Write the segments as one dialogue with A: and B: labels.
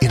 A: in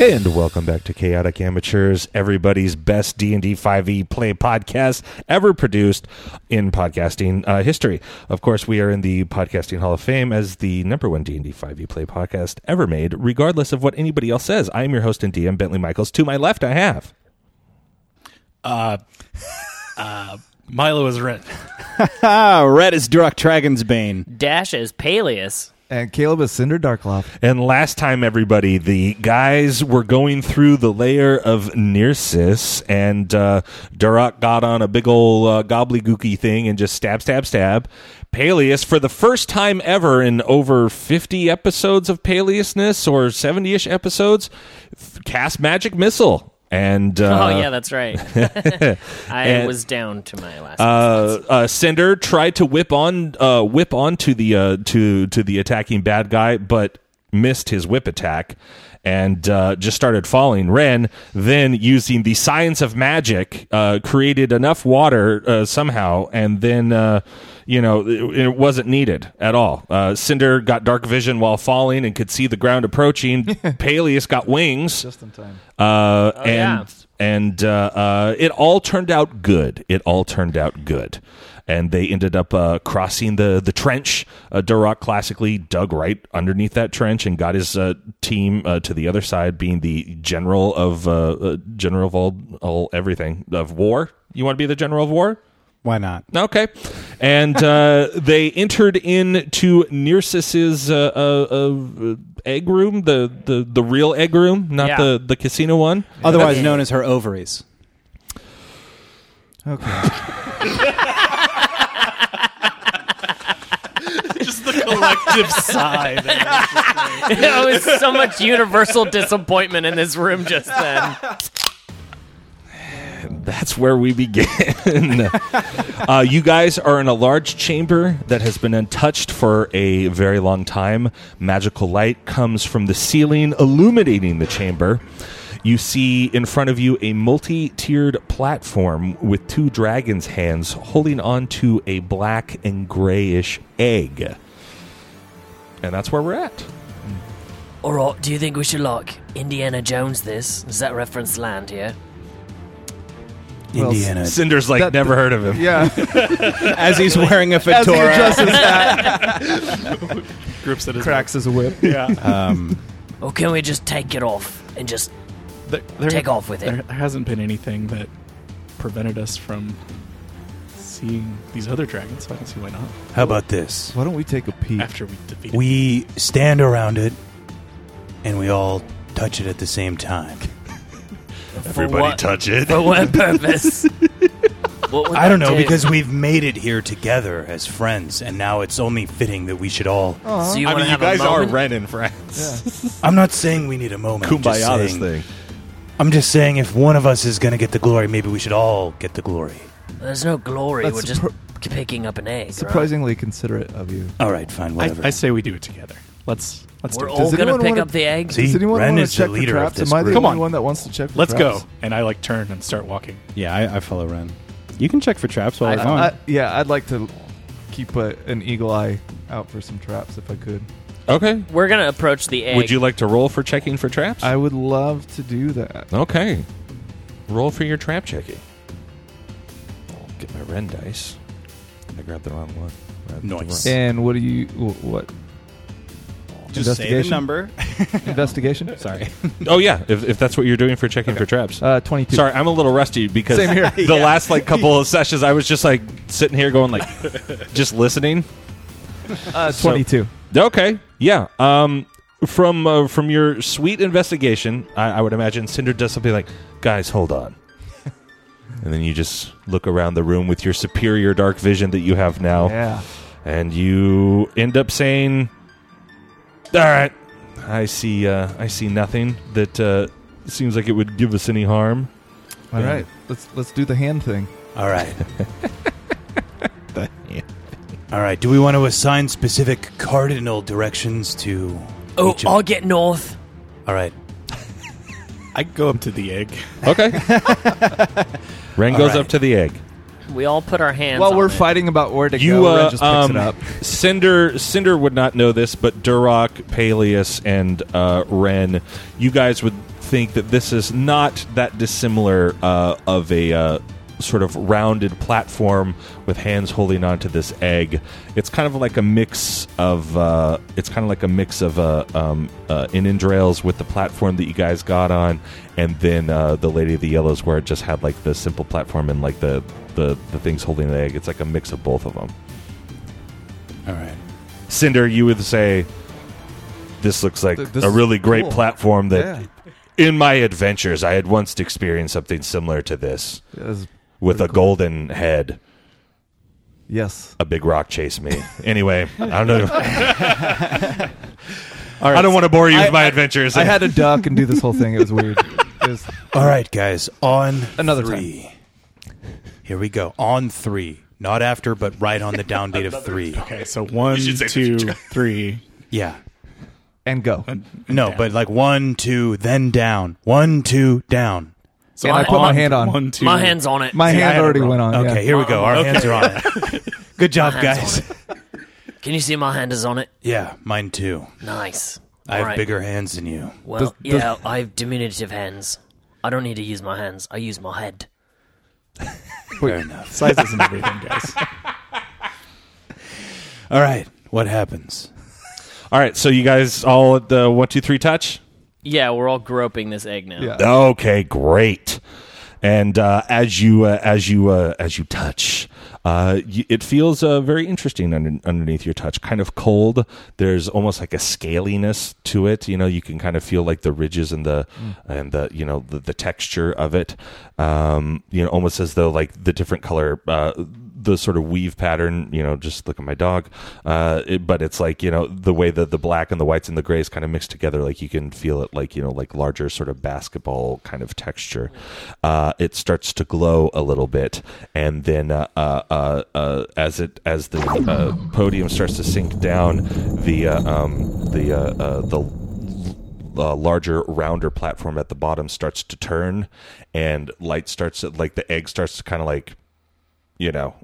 B: And welcome back to Chaotic Amateurs, everybody's best D and D five E play podcast ever produced in podcasting uh, history. Of course, we are in the podcasting Hall of Fame as the number one D and D five E play podcast ever made, regardless of what anybody else says. I am your host and DM Bentley Michaels. To my left, I have
C: Milo is red.
D: Ah, red is Durok Dragon's Bane.
E: Dash as Peleus.
F: And Caleb is Cinder Darkloff.
B: And last time, everybody, the guys were going through the layer of Nearsis, and uh, Duroc got on a big old uh, gobbledygooky thing and just stab, stab, stab. Peleus, for the first time ever in over 50 episodes of Peleusness or 70 ish episodes, f- cast Magic Missile. And uh,
E: oh yeah, that's right. I
B: And-
E: was down to my last.
B: uh, uh, Cinder tried to whip on uh, whip onto the uh, to to the attacking bad guy, but missed his whip attack and uh, just started falling. Ren then using the science of magic uh, created enough water uh, somehow, and then. Uh, you know, it, it wasn't needed at all. Uh, Cinder got dark vision while falling and could see the ground approaching. Peleus got wings.
F: Just in time.
B: Uh, and
E: yeah.
B: and uh, uh, it all turned out good. It all turned out good, and they ended up uh, crossing the the trench. Uh, Duroc classically dug right underneath that trench and got his uh, team uh, to the other side, being the general of uh, uh, general of all, all everything of war. You want to be the general of war?
D: Why not?
B: Okay. And uh, they entered into Nearsus's uh, uh, uh, egg room, the, the, the real egg room, not
E: Yeah.
B: the, the casino one.
D: Otherwise known as her ovaries.
F: Okay.
C: Just the collective sigh. there.
E: there was so much universal disappointment in this room just then.
B: That's where we begin. uh, you guys are in a large chamber that has been untouched for a very long time. Magical light comes from the ceiling, illuminating the chamber. You see in front of you a multi tiered platform with two dragon's hands holding on to a black and grayish egg. And that's where we're at.
E: All right, do you think we should like Indiana Jones? This does that reference land here?
F: Well,
D: Indiana.
B: Cinder's like,
F: That-
B: never heard of him.
F: Yeah.
D: As he's wearing a
F: As he
D: fedora.
F: adjusts his hat,
C: Groups that is
F: cracks his whip.
E: Or can we just take it off and just?
C: There, there-
E: Take off with it.
C: There, there hasn't been anything that prevented us from seeing these other dragons. So I can see why not.
D: How about this?
F: Why don't we take a peek?
C: After we defeated,
D: We stand around it and we all touch it at the same time.
E: Everybody touch it. For what purpose? What would
D: I don't
E: that
D: know
E: do?
D: because we've made it here together as friends and now it's only fitting that we should all
F: Oh.
E: So you want to have a moment?
B: Ren and friends.
D: I'm not saying we need a moment. I'm just
B: Kumbaya, this
D: saying-
B: thing.
D: I'm just saying if one of us is going to get the glory, maybe we should all get the glory.
E: There's no glory.
F: That's
E: We're just
F: surpri-
E: p- picking up an egg. Right?
F: Surprisingly considerate of you.
D: All right, fine,
C: I,
D: whatever.
C: I say we do it together. Let's let's
E: We're
C: do it.
E: all gonna
F: anyone
E: pick
F: wanna-
E: up the egg.
D: See?
F: Does anyone
D: Ren
F: want
D: is
F: to
D: the
F: check
D: leader
F: for
D: of
F: traps?
D: this
F: Am I the
D: group.
C: Come
F: only
C: on.
F: one that wants to check for
C: Let's
F: traps?
C: go. And I like turn and start walking.
G: Yeah, I, I follow Ren. You can check for traps while I,
F: I,
G: am on.
F: I, yeah, I'd like to keep a, an eagle eye out for some traps if I could.
B: Okay.
E: We're gonna approach the egg.
B: Would you like to roll for checking for traps?
F: I would love to do that.
B: Okay. Roll for your trap checking. I'll get my Ren dice. I grabbed the wrong one. Grabbed the
D: Nice.
B: wrong-
F: And what do you? wh- What Investigation?
G: number.
F: investigation?
G: Sorry.
B: Oh, yeah. If, if that's what you're doing for checking for traps.
F: Uh, Twenty-two.
B: Sorry, I'm a little rusty because
F: Same here.
B: the last like couple of sessions, I was just like sitting here going like, just listening.
F: uh, twenty-two.
B: Okay, yeah. Um, from uh, from your sweet investigation, I, I would imagine Cinder does something like, "Guys, hold on," and then you just look around the room with your superior dark vision that you have now.
F: Yeah.
B: and you end up saying All right. I see. Uh, I see nothing that uh, seems like it would give us any harm.
F: All
B: Yeah.
F: right, let's let's do the hand thing.
D: All right. All right. Do we want to assign specific cardinal directions to?
E: Oh,
D: each of-
E: I'll get north.
D: All right.
C: I go up to the egg.
B: Okay. Ren goes
D: All right.
B: up to the egg.
E: We all put our hands.
F: While
E: on
F: we're
E: it.
F: fighting about where to
B: You
F: go, Ren
B: uh,
F: just picks
B: um,
F: it up.
B: Cinder Cinder would not know this, but Duroc, Peleus, and uh, Ren, you guys would think that this is not that dissimilar uh, of a uh, sort of rounded platform with hands holding onto this egg. It's kind of like a mix of uh, it's kind of like a mix of uh, um, uh, in endrails with the platform that you guys got on, and then uh, the Lady of the Yellows, where it just had like the simple platform and like the the, the things holding the egg. It's like a mix of both of them.
D: All right.
B: Cinder, you would say, "This looks like
F: Th- this
B: a
F: is
B: really great
F: cool."
B: platform." That,
F: Yeah.
B: in my adventures, I had once experienced something similar to this
F: It was-
B: with a golden head.
F: yes.
B: A big rock chased me. Anyway, I don't know. I don't want to bore you with
F: I-
B: my
F: I-
B: adventures.
F: I had to duck and do this whole thing. It was weird. It was-
D: All right, guys. On
F: Another
D: three. Here we go. On three. Not after, but right on the down date of three.
C: Okay, so one, two, three.
D: Yeah.
F: and go.
C: and- and
D: No,
C: down.
D: but like one, two, then down. One, two, down.
C: so
E: And I put my
F: hand on.
C: One, two.
E: My hands on it.
F: My
C: I
F: hand
C: had it
F: already
C: wrong.
F: went on.
D: Okay,
F: Oh, yeah.
D: here we go. Our hands are on it. Good job, guys.
E: Can you see my hand is on it?
D: Yeah, mine too.
E: Nice.
D: I have
E: Alright.
D: bigger hands than you.
E: Well,
F: Does- does-
E: yeah, I have diminutive hands. I don't need to use my hands. I use my head.
D: Fair enough.
C: Sizes and everything, guys.
D: All right, what happens?
B: all right, so you guys all at the one, two, three touch.
H: Yeah, we're all groping this egg now.
F: Yeah.
B: Okay, great. And uh, as you uh, as you uh, as you touch, uh, y it feels uh, very interesting under, underneath your touch. Kind of cold. There's almost like a scaliness to it. You know, you can kind of feel like the ridges and the and the you know the, the texture of it. Um, you know, almost as though like the different color. Uh, the sort of weave pattern, you know, just look at my dog. Uh, it- but it's like, you know, the way that the black and the whites and the grays kind of mixed together, like you can feel it like, you know, like larger sort of basketball kind of texture. Uh, it starts to glow a little bit. And then uh, uh, uh, uh, as it, as the uh, podium starts to sink down, the, uh, um, the, uh, uh, the, uh, larger, rounder platform at the bottom starts to turn, and light starts to, like the egg starts to kind of like you know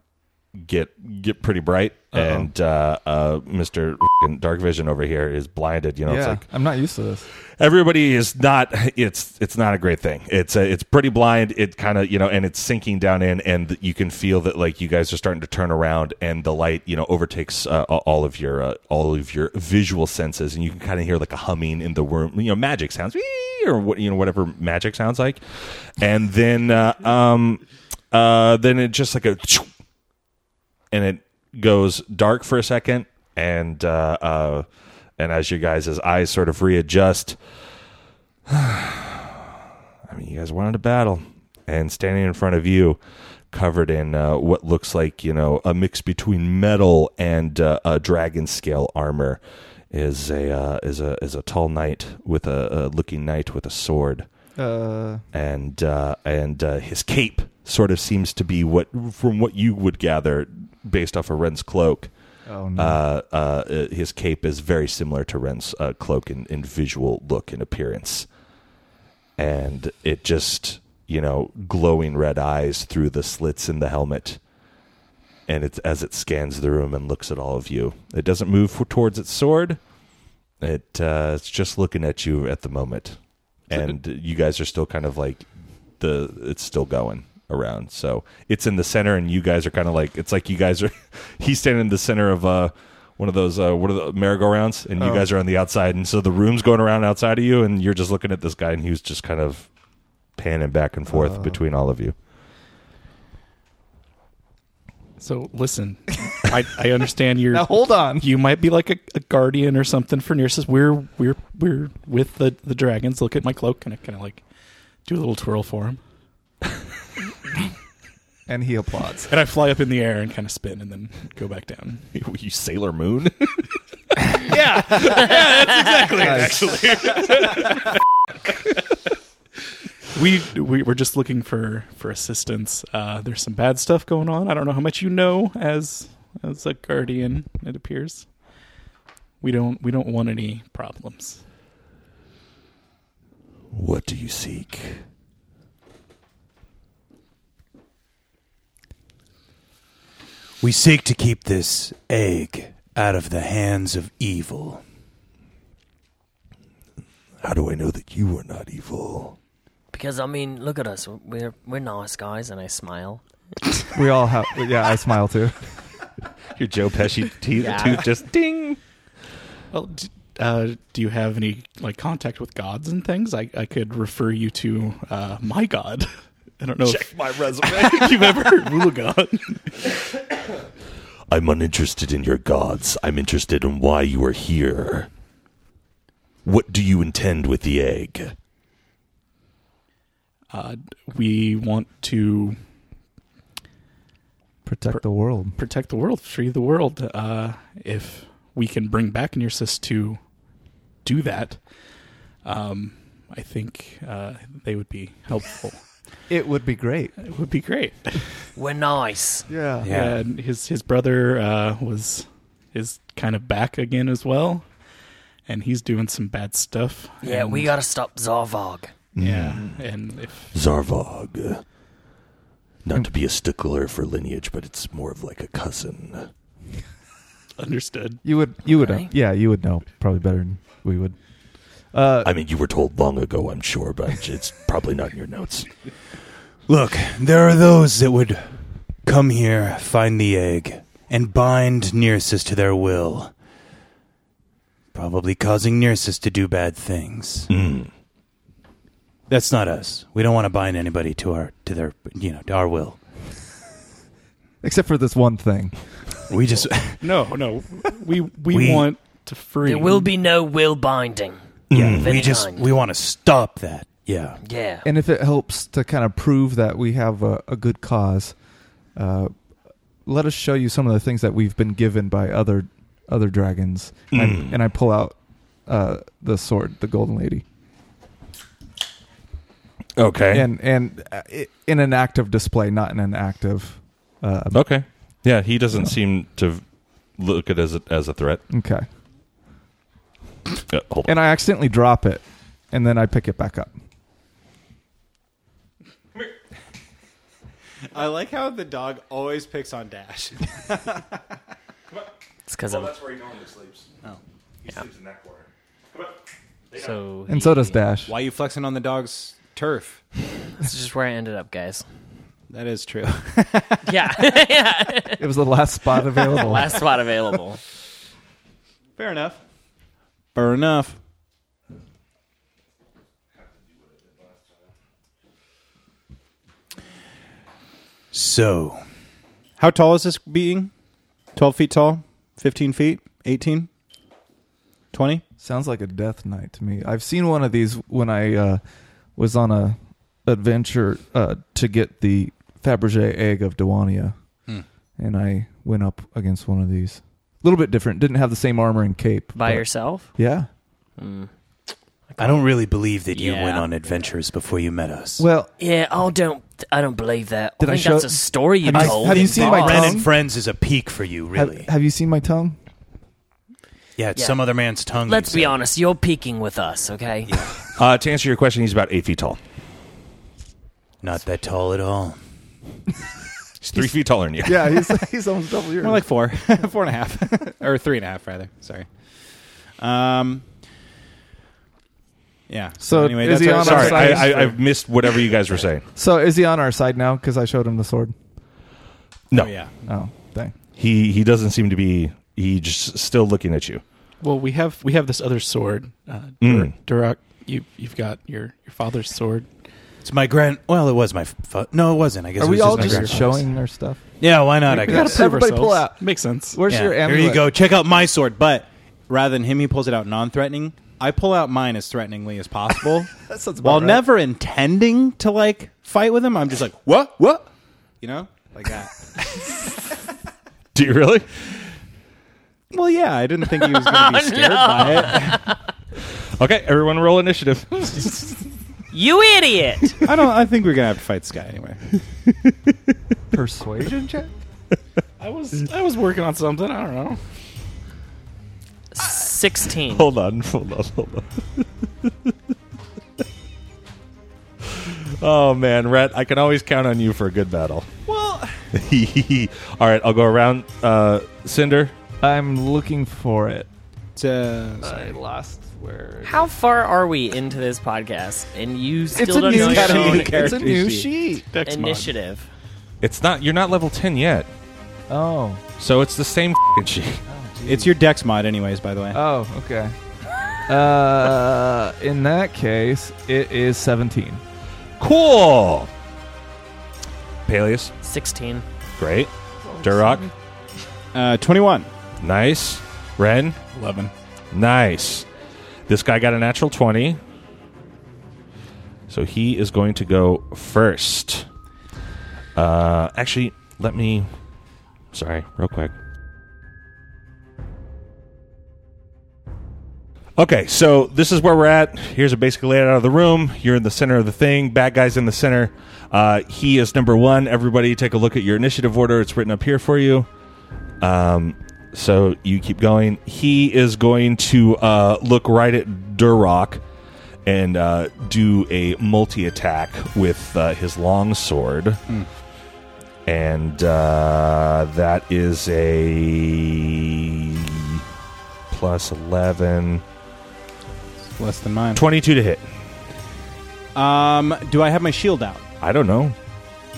B: get get pretty bright and uh uh mr f***ing dark vision over here is blinded you know it's
F: Yeah.
B: like
F: I'm not used to this.
B: everybody is not it's it's not a great thing it's uh it's pretty blind it kind of you know and it's sinking down in and you can feel that like you guys are starting to turn around and the light you know overtakes uh, a- all of your uh, all of your visual senses and you can kind of hear like a humming in the room you know magic sounds "Wee," or what you know whatever magic sounds like and then uh, um uh then it just like a and it goes dark for a second and uh, uh and as you guys' eyes sort of readjust I mean you guys wanted a battle and standing in front of you covered in uh, what looks like you know a mix between metal and uh, a dragon scale armor is a uh, is a is a tall knight with a, a looking knight with a sword
F: Uh,
B: and uh, and uh, his cape sort of seems to be what from what you would gather based off of Ren's cloak.
F: oh no.
B: Uh, uh, uh, his cape is very similar to Ren's uh, cloak in, in visual look and appearance, and it just you know glowing red eyes through the slits in the helmet, and it's as it scans the room and looks at all of you. It doesn't move for, towards its sword. It uh, it's just looking at you at the moment, and you guys are still kind of like the it's still going around. So it's in the center, and you guys are kind of like it's like you guys are. He's standing in the center of uh one of those uh, what are the merry-go-rounds, and you
F: Oh.
B: guys are on the outside, and so the room's going around outside of you, and you're just looking at this guy, and he was just kind of panning back and forth
F: Oh.
B: between all of you.
C: So listen, I, I understand you're.
F: now hold on.
C: you might be like a, a guardian or something for Nearsis. We're we're we're with the the dragons. Look at my cloak, and I kind of like do a little twirl for him,
F: And he applauds.
C: and I fly up in the air and kind of spin, and then go back down.
B: you Sailor Moon. yeah, yeah, that's exactly it. Actually,
C: we, we we're just looking for for assistance. Uh, there's some bad stuff going on. I don't know how much you know as as a guardian. It appears we don't we don't want any problems.
B: what do you seek?
D: We seek to keep this egg out of the hands of evil.
B: How do I know that you are not evil?
E: Because I mean, look at us. We're we're nice guys, and I smile.
F: We all have. Yeah, I smile too.
B: Your Joe Pesci te-
E: Yeah.
B: tooth just ding.
C: Well, d- uh, do you have any like contact with gods and things? I, I could refer you to uh, my god. I don't know if
B: my resume.
C: you've ever heard Mulagon.
B: I'm uninterested in your gods. I'm interested in why you are here. What do you intend with the egg?
C: Uh, we want to
F: Protect the world.
C: protect the world, free the world. Uh, if we can bring back Nearsis to do that, um, I think uh, they would be helpful.
F: It would be great.
C: it would be great.
E: We're nice.
F: Yeah.
D: Yeah.
C: And his his brother uh, was is kind of back again as well, and he's doing some bad stuff.
E: Yeah,
C: and-
E: we gotta stop Zarvog.
C: Yeah, and if
B: Zarvog. Not to be a stickler for lineage, but it's more of like a cousin.
C: understood,
F: You would. You would.
E: Okay.
F: yeah, you would know probably better than we would. Uh,
B: I mean, you were told long ago, I'm sure, but it's probably not in your notes.
D: Look, there are those that would come here, find the egg, and bind Nearsis to their will. Probably causing Nearsis to do bad things.
B: Mm.
D: That's not us. We don't want to bind anybody to our to their you know, to our will.
F: except for this one thing.
D: We just
C: no, Oh, no, we we,
D: We-
C: want to free.
E: There will be no will binding.
D: Yeah,
E: Of
D: we
E: any
D: just
E: kind.
D: we want to stop that. Yeah.
E: Yeah.
F: And if it helps to kind of prove that we have a, a good cause, uh, let us show you some of the things that we've been given by other other dragons. And, and I pull out uh, the sword, the golden lady,
B: Okay.
F: and and uh, i- in an act of display, not in an act of. Uh,
B: Um, okay. Yeah, he doesn't seem to look at it as a, as a threat.
F: okay.
B: Uh, hold on.
F: Mm. And I accidentally drop it, and then I pick it back up.
G: I like how the dog always picks on Dash.
E: It's because I'm
B: Oh, where he normally sleeps. Oh. He sleeps in that corner.
H: So
F: And so does Dash.
G: Why you flexing on the dog's turf?
E: This is just where I ended up, guys.
G: That is true.
H: yeah, yeah.
F: It was the last spot available.
H: Last spot available.
G: Fair enough. Fair enough.
D: So
G: How tall is this being? 12 feet tall? 15 feet? 18? 20?
F: Sounds like a death knight to me. I've seen one of these when I uh, was on a adventure uh, to get the Fabergé egg of Dewania,
E: Hmm.
F: and I went up against one of these. A little bit different. Didn't have the same armor and cape.
E: By
F: but-
E: yourself?
F: Yeah.
D: I don't really believe that you
H: Yeah.
D: went on adventures before you met us.
F: Well,
E: Yeah, I don't. I don't believe that.
F: Did I
E: I think
F: show-
E: that's a story you
F: Have you-
E: told.
F: have you seen my
E: Bob.
F: tongue?
D: Ren and Friends is a peak for you,
F: have,
D: really.
F: have you seen my tongue?
D: yeah, it's
E: Yeah.
D: some other man's tongue.
E: Let's
D: you
E: be
D: said.
E: honest. You're peeking with us, okay?
B: Uh, to answer your question, he's about eight feet tall.
D: Not that tall at all.
B: He's three feet taller than you.
F: Yeah, he's he's almost double your.
G: More like four. four and a half. or three and a half, rather. Sorry. Um. Yeah.
F: So is he
G: our-
F: on
B: Sorry,
F: our side?
B: I, I, I've missed whatever you guys were saying.
F: so is he on our side now? Because I showed him the sword.
B: No,
G: Oh, yeah.
F: Oh, dang.
B: he he doesn't seem to be. He just still looking at you.
C: well, we have we have this other sword, uh,
B: Mm.
C: Dur- Durak. You you've got your your father's sword.
D: It's my grand. Well, it was my. Fu- no, it wasn't. I guess
F: Are
D: it was
F: we all
D: my
F: just
D: grandfather's.
F: showing our stuff?
D: Yeah, why not? I
F: We gotta
D: guess.
F: prove Everybody pull
C: ourselves.
F: out.
C: Makes sense.
F: Where's
D: Yeah.
F: your
D: Here
F: amulet?
D: you go.
G: Check out my sword, but rather than him, he pulls it out non-threatening. I pull out mine as threateningly as possible,
F: That sounds about
G: while
F: right.
G: never intending to like fight with him. I'm just like, what, what, you know, like that.
B: Do you really?
G: Well, yeah, I didn't think he was going to be scared by it.
B: Okay, everyone roll initiative.
E: You idiot!
G: I don't. I think we're going to have to fight Sky anyway.
F: Persuasion check?
C: I was I was working on something. I don't know.
E: 16.
B: hold on, hold on, hold on. oh man, Rhett, I can always count on you for a good battle.
G: Well,
B: All right, I'll go around. Uh, Cinder,
F: I'm looking for it.
G: it's, uh,
F: I lost where.
E: How far are we into this podcast? And you still
F: a
E: don't
F: new
E: know your
F: sheet.
E: own
F: It's a
G: character
F: new
G: sheet.
F: sheet.
C: Dex mod.
E: initiative.
B: it's not. You're not level ten yet,
F: Oh.
B: so it's the same fing sheet.
G: it's your Dex mod, anyways. By the way,
F: Oh, okay. Uh, in that case, it is 17.
B: Cool. Peleus,
E: 16.
B: great. Durok,
G: uh, twenty-one.
B: nice. Ren,
C: Eleven.
B: Nice. This guy got a natural 20. So he is going to go first. Uh, actually, let me. Sorry, real quick. Okay, so this is where we're at. Here's a basic layout of the room. You're in the center of the thing. Bad guy's in the center. Uh, he is number one. Everybody, take a look at your initiative order. It's written up here for you. Um, so you keep going. He is going to uh, look right at Durok and uh, do a multi attack with uh, his long sword. And uh, that is a plus 11.
G: Less than mine.
B: 22 to hit.
G: Um, do I have my shield out?
B: I don't know.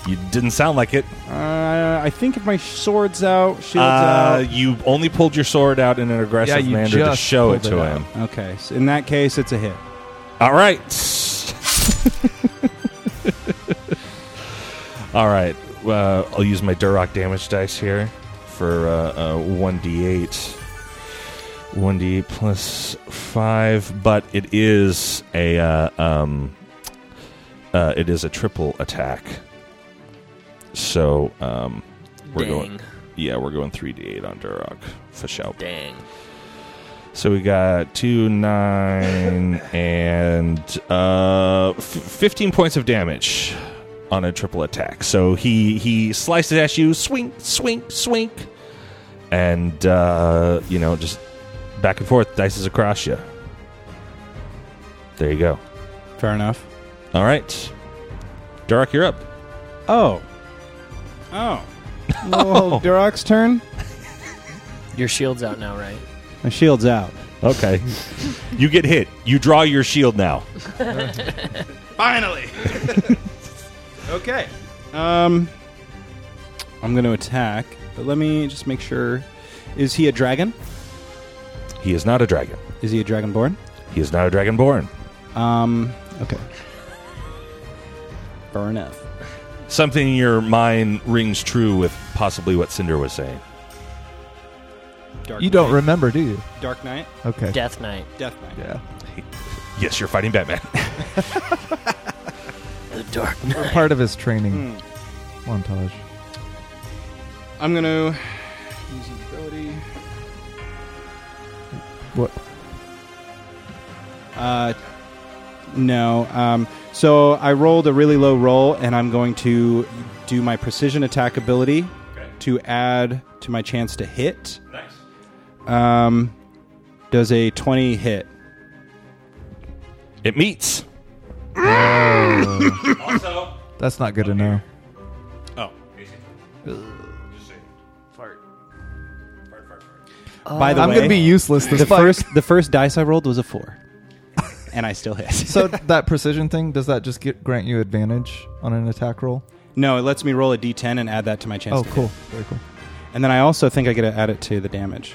B: You didn't sound like it.
G: Uh, I think if my sword's out, shield's
B: Uh, you only pulled your sword out in an aggressive
F: you
B: manner to
F: just
B: show it
F: pulled
B: to
F: it out.
B: him.
G: out. Okay, so in that case, it's a hit.
B: All right. All right. Uh, I'll use my Duroc damage dice here for uh, uh, 1d8. 1d8 plus 5, but it is a uh, um, uh, it is a triple attack. So um, we're
E: dang.
B: going yeah, we're going 3d8 on Duroc for sure.
E: Dang.
B: So we got two, nine, and uh, f- fifteen points of damage on a triple attack. So he he slices at you, swing, swing, swing, and uh, you know just back and forth, dices across you. There you go.
G: Fair enough.
B: All right, Dark, you're up.
G: Oh, oh. Well, Durok's turn.
E: Your shield's out now, right?
G: My shield's out.
B: Okay, you get hit. You draw your shield now.
G: Finally. okay. Um, I'm going to attack, but let me just make sure. Is he a dragon?
B: He is not a dragon.
G: Is he a dragonborn?
B: He is not a dragonborn.
G: Um, okay. Fair enough.
B: Something in your mind rings true with possibly what Cinder was saying.
G: Dark
F: You don't remember, do you?
G: Dark Knight.
F: Okay.
E: Death Knight.
G: Death Knight.
F: Yeah.
B: Yes, you're fighting Batman.
E: The Dark Knight.
F: We're part of his training montage.
G: I'm going to use his ability.
F: What?
G: Uh, no. Um, so I rolled a really low roll, and I'm going to do my precision attack ability to add to my chance to hit. Nice. Um, does a 20 hit?
B: It meets.
F: That's not good to know.
G: By the
F: I'm
G: way,
F: going to be useless this
G: the
F: fight.
G: first the first dice I rolled was a four, and I still hit.
F: so that precision thing, does that just get, grant you advantage on an attack roll?
G: no, it lets me roll a d10 and add that to my chance.
F: Oh,
G: to hit.
F: cool. Very cool.
G: And then I also think I get to add it to the damage.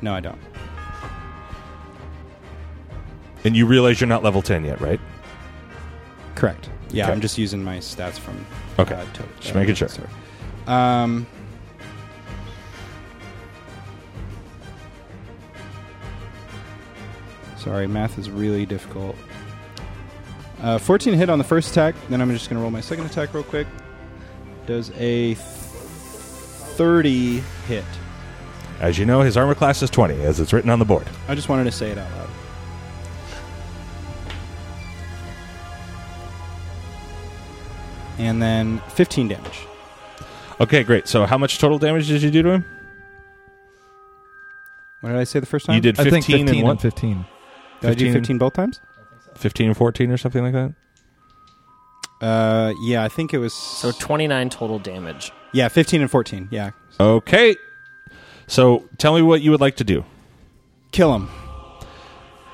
G: No, I don't.
B: And you realize you're not level 10 yet, right?
G: Correct. Yeah,
B: Okay.
G: I'm just using my stats from.
B: Okay.
G: uh, to-
B: Just
G: uh,
B: making sure.
G: sorry. Um. Sorry, math is really difficult. Uh, 14 hit on the first attack. Then I'm just going to roll my second attack real quick. Does a th- 30 hit.
B: As you know, his armor class is 20, as it's written on the board.
G: I just wanted to say it out loud. And then 15 damage.
B: Okay, great. So, how much total damage did you do to him?
G: What did I say the first time?
B: You did
F: I
B: 15,
F: think 15
B: and
F: and,
B: what?
F: 15.
G: Did I do
B: 15?
G: 15 both times?
B: 15 and 14 or something like that?
G: Uh, yeah, I think it was.
E: So 29 total damage.
G: yeah, 15 and 14. Yeah.
B: Okay. So, tell me what you would like to do.
G: Kill him.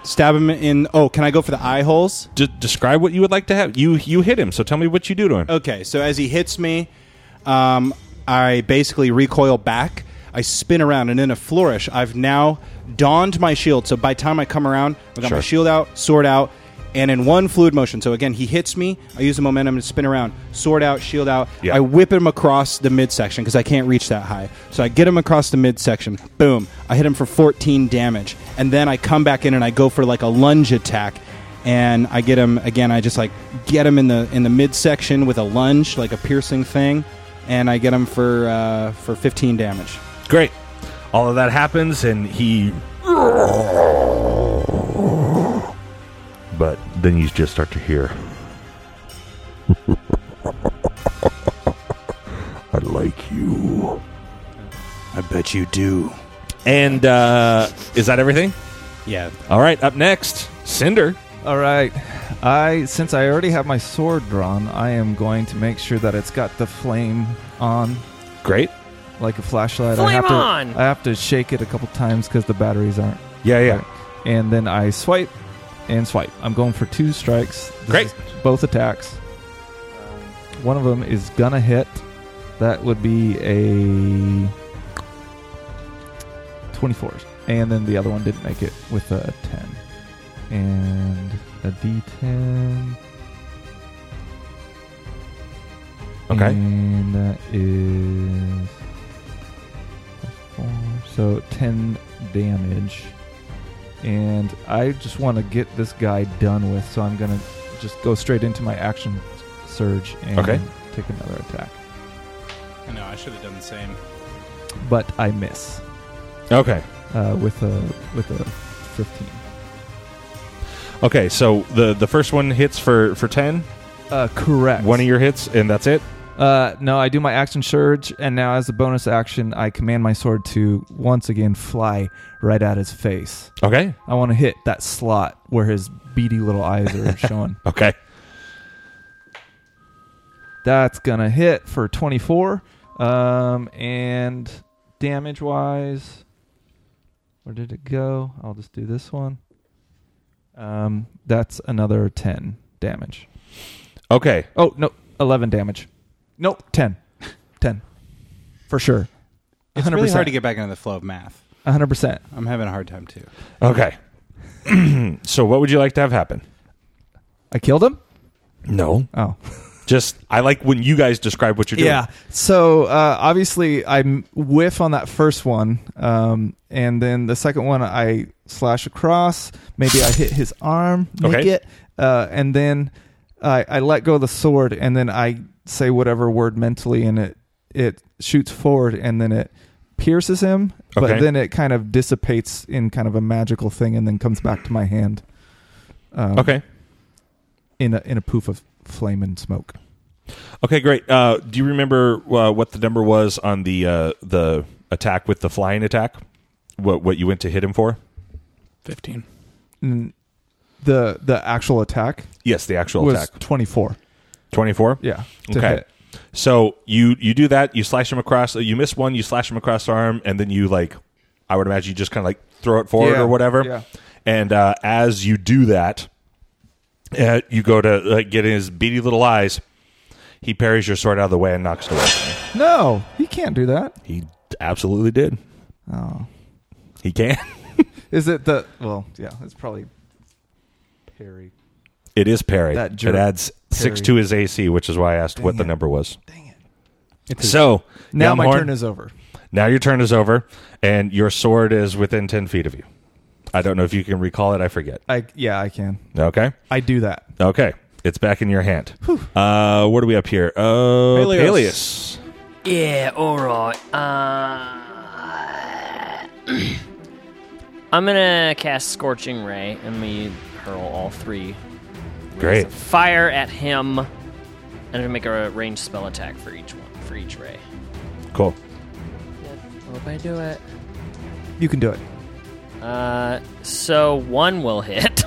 G: Stab him in. Oh, can I go for the eye holes?
B: D- describe what you would like to have. You you hit him, so tell me what you do to him.
G: Okay, so as he hits me, um, I basically recoil back. I spin around, and in a flourish, I've now donned my shield. So by the time I come around, I got my
B: Sure.
G: shield out, sword out, and in one fluid motion. So again, he hits me. I use the momentum to spin around, sword out, shield out.
B: Yeah.
G: I whip him across the midsection because I can't reach that high. So I get him across the midsection. Boom! I hit him for 14 damage, and then I come back in and I go for like a lunge attack and I get him again. I just like get him in the in the midsection with a lunge, like a piercing thing, and I get him for uh, for 15 damage.
B: Great. All of that happens, and he. But then you just start to hear. I like you.
D: I bet you do.
B: And uh, is that everything?
G: Yeah,
B: All right, up next, Cinder.
F: All right. I since I already have my sword drawn, I am going to make sure that it's got the flame on
B: Great.
F: like a flashlight. I
E: Flame
F: have
E: on!
F: to I have to shake it a couple times cuz the batteries aren't.
B: Yeah, yeah.
F: Right. And then I swipe and swipe. I'm going for two strikes. This
B: Great.
F: is Both attacks. Um, One of them is gonna hit. That would be a 24. And then the other one didn't make it with a 10. And a d10.
B: Okay.
F: And that is. Four, so 10 damage. And I just want to get this guy done with, so I'm going to just go straight into my action surge and
B: Okay.
F: take another attack.
C: I know, I should have done the same.
F: But I miss
B: Okay.
F: uh, with a with a 15.
B: Okay. So the the first one hits for for ten.
F: Uh, correct.
B: One of your hits, and that's it.
F: Uh, no, I do my action surge, and now as a bonus action, I command my sword to once again fly right at his face.
B: Okay.
F: I want to hit that slot where his beady little eyes are showing.
B: Okay.
F: That's gonna hit for 24. Um, and damage wise, where did it go? I'll just do this one. Um, that's another 10 damage.
B: Okay.
F: Oh no, 11 damage. Nope, 10, 10, for sure.
G: it's really
F: 100%.
G: hard to get back into the flow of math.
F: 100. percent
G: I'm having a hard time too.
B: Okay. so what would you like to have happen?
F: I killed him.
B: No.
F: Oh.
B: Just I like when you guys describe what you're doing.
F: Yeah. So uh, obviously, I m- whiff on that first one, um, and then the second one I slash across. Maybe I hit his arm, nick
B: Okay.
F: it, uh, and then I, I let go of the sword, and then I say whatever word mentally, and it it shoots forward, and then it pierces him, but
B: Okay.
F: then it kind of dissipates in kind of a magical thing, and then comes back to my hand. Um,
B: Okay.
F: In a in a poof of flame and smoke.
B: Okay, great. Uh, do you remember uh, what the number was on the uh, the attack with the flying attack? What what you went to hit him for?
C: 15.
F: Mm, the the actual attack
B: Yes, the actual
F: was
B: attack.
F: 24.
B: Twenty four.
F: Yeah. to
B: Okay.
F: hit.
B: So you you do that. You slash him across. uh, You miss one. You slash him across the arm, and then you like. I would imagine you just kind of like throw it forward
F: Yeah,
B: or whatever.
F: yeah.
B: And uh, as you do that, uh, you go to uh, get in his beady little eyes. He parries your sword out of the way and knocks it away.
F: No, he can't do that.
B: He absolutely did.
F: Oh.
B: He can.
F: Is it the well, yeah, it's probably Perry.
B: It is parry.
F: That
B: it
F: jerk
B: adds six
F: parry.
B: to his AC, which is why I asked what the
F: it.
B: number was.
F: Dang it.
B: So
F: Now my
B: Yamhorn,
F: turn is over.
B: now your turn is over, and your sword is within ten feet of you. I don't know if you can recall it. I forget.
F: I yeah, I can.
B: Okay,
F: I do that.
B: okay, it's back in your hand. Uh, what are we up here? Uh, Peleus.
E: Yeah, alright. Uh, I'm gonna cast Scorching Ray and we hurl all three.
B: Great.
E: rays of Fire at him. And I'm gonna make a ranged spell attack for each one, for each ray.
B: Cool.
E: Hope I do it.
F: You can do it.
E: Uh, so one will hit.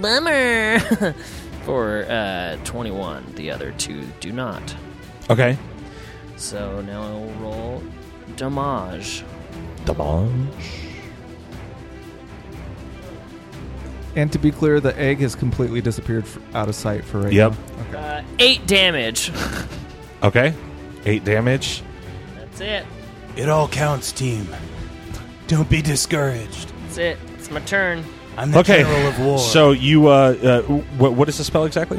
E: Bummer. for uh, 21. The other two do not.
B: Okay.
E: So now I will roll damage.
F: And to be clear, the egg has completely disappeared f out of sight for right
B: Yep.
F: now.
E: Uh, eight damage.
B: Okay. Eight damage.
E: That's it.
D: It all counts, team. Don't be discouraged.
E: That's it. It's my turn.
D: I'm the
B: okay.
D: general of war.
B: So you, uh, uh what, what is the spell exactly?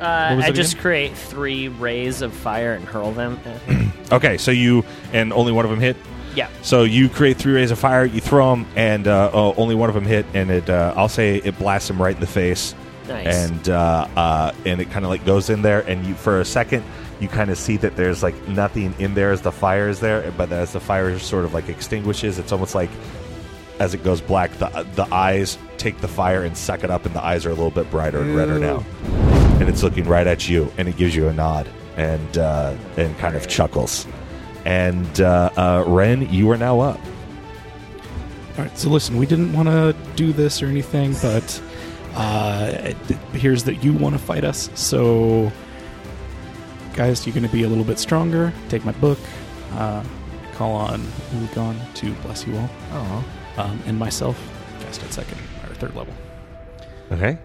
E: Uh,
B: was
E: I
B: it
E: just create three rays of fire and hurl them. at him.
B: Okay, so you and only one of them hit.
E: yeah.
B: So you create three rays of fire, you throw them, and uh, oh, only one of them hit, and it uh, I'll say it blasts him right in the face,
E: Nice.
B: and uh, uh, and it kind of like goes in there, and you for a second you kind of see that there's like nothing in there as the fire is there, but as the fire sort of like extinguishes, it's almost like as it goes black, the the eyes take the fire and suck it up, and the eyes are a little bit brighter and redder now, and it's looking right at you, and it gives you a nod and uh, and kind of chuckles. And uh, uh, Ren, you are now up.
C: All right, so listen, we didn't want to do this or anything, but uh, it it appears that you want to fight us. So, guys, you're going to be a little bit stronger. Take my book. Uh, call on Ulugon to bless you all,
F: Oh.
C: um, and myself. Cast at second or third level,
B: Okay.